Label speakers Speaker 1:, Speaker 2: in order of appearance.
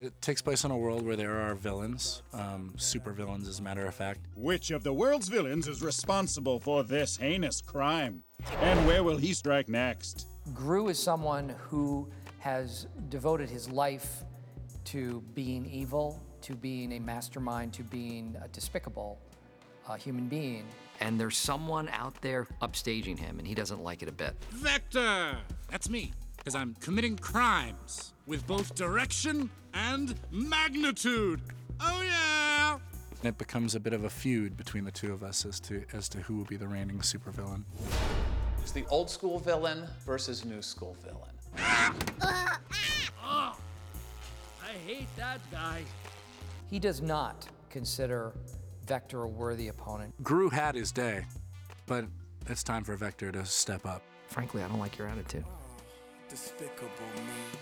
Speaker 1: It takes place in a world where there are villains, um, super villains, as a matter of fact.
Speaker 2: Which of the world's villains is responsible for this heinous crime? And where will he strike next?
Speaker 3: Gru is someone who has devoted his life to being evil, to being a mastermind, to being a despicable uh, human being.
Speaker 4: And there's someone out there upstaging him, and he doesn't like it a bit.
Speaker 5: Vector! That's me, because I'm committing crimes with both direction and magnitude. Oh, yeah!
Speaker 1: And it becomes a bit of a feud between the two of us as to as to who will be the reigning supervillain.
Speaker 6: It's the old school villain versus new school villain.
Speaker 5: I hate that guy.
Speaker 3: He does not consider Vector a worthy opponent.
Speaker 1: Gru had his day, but it's time for Vector to step up.
Speaker 4: Frankly, I don't like your attitude.
Speaker 7: Despicable me.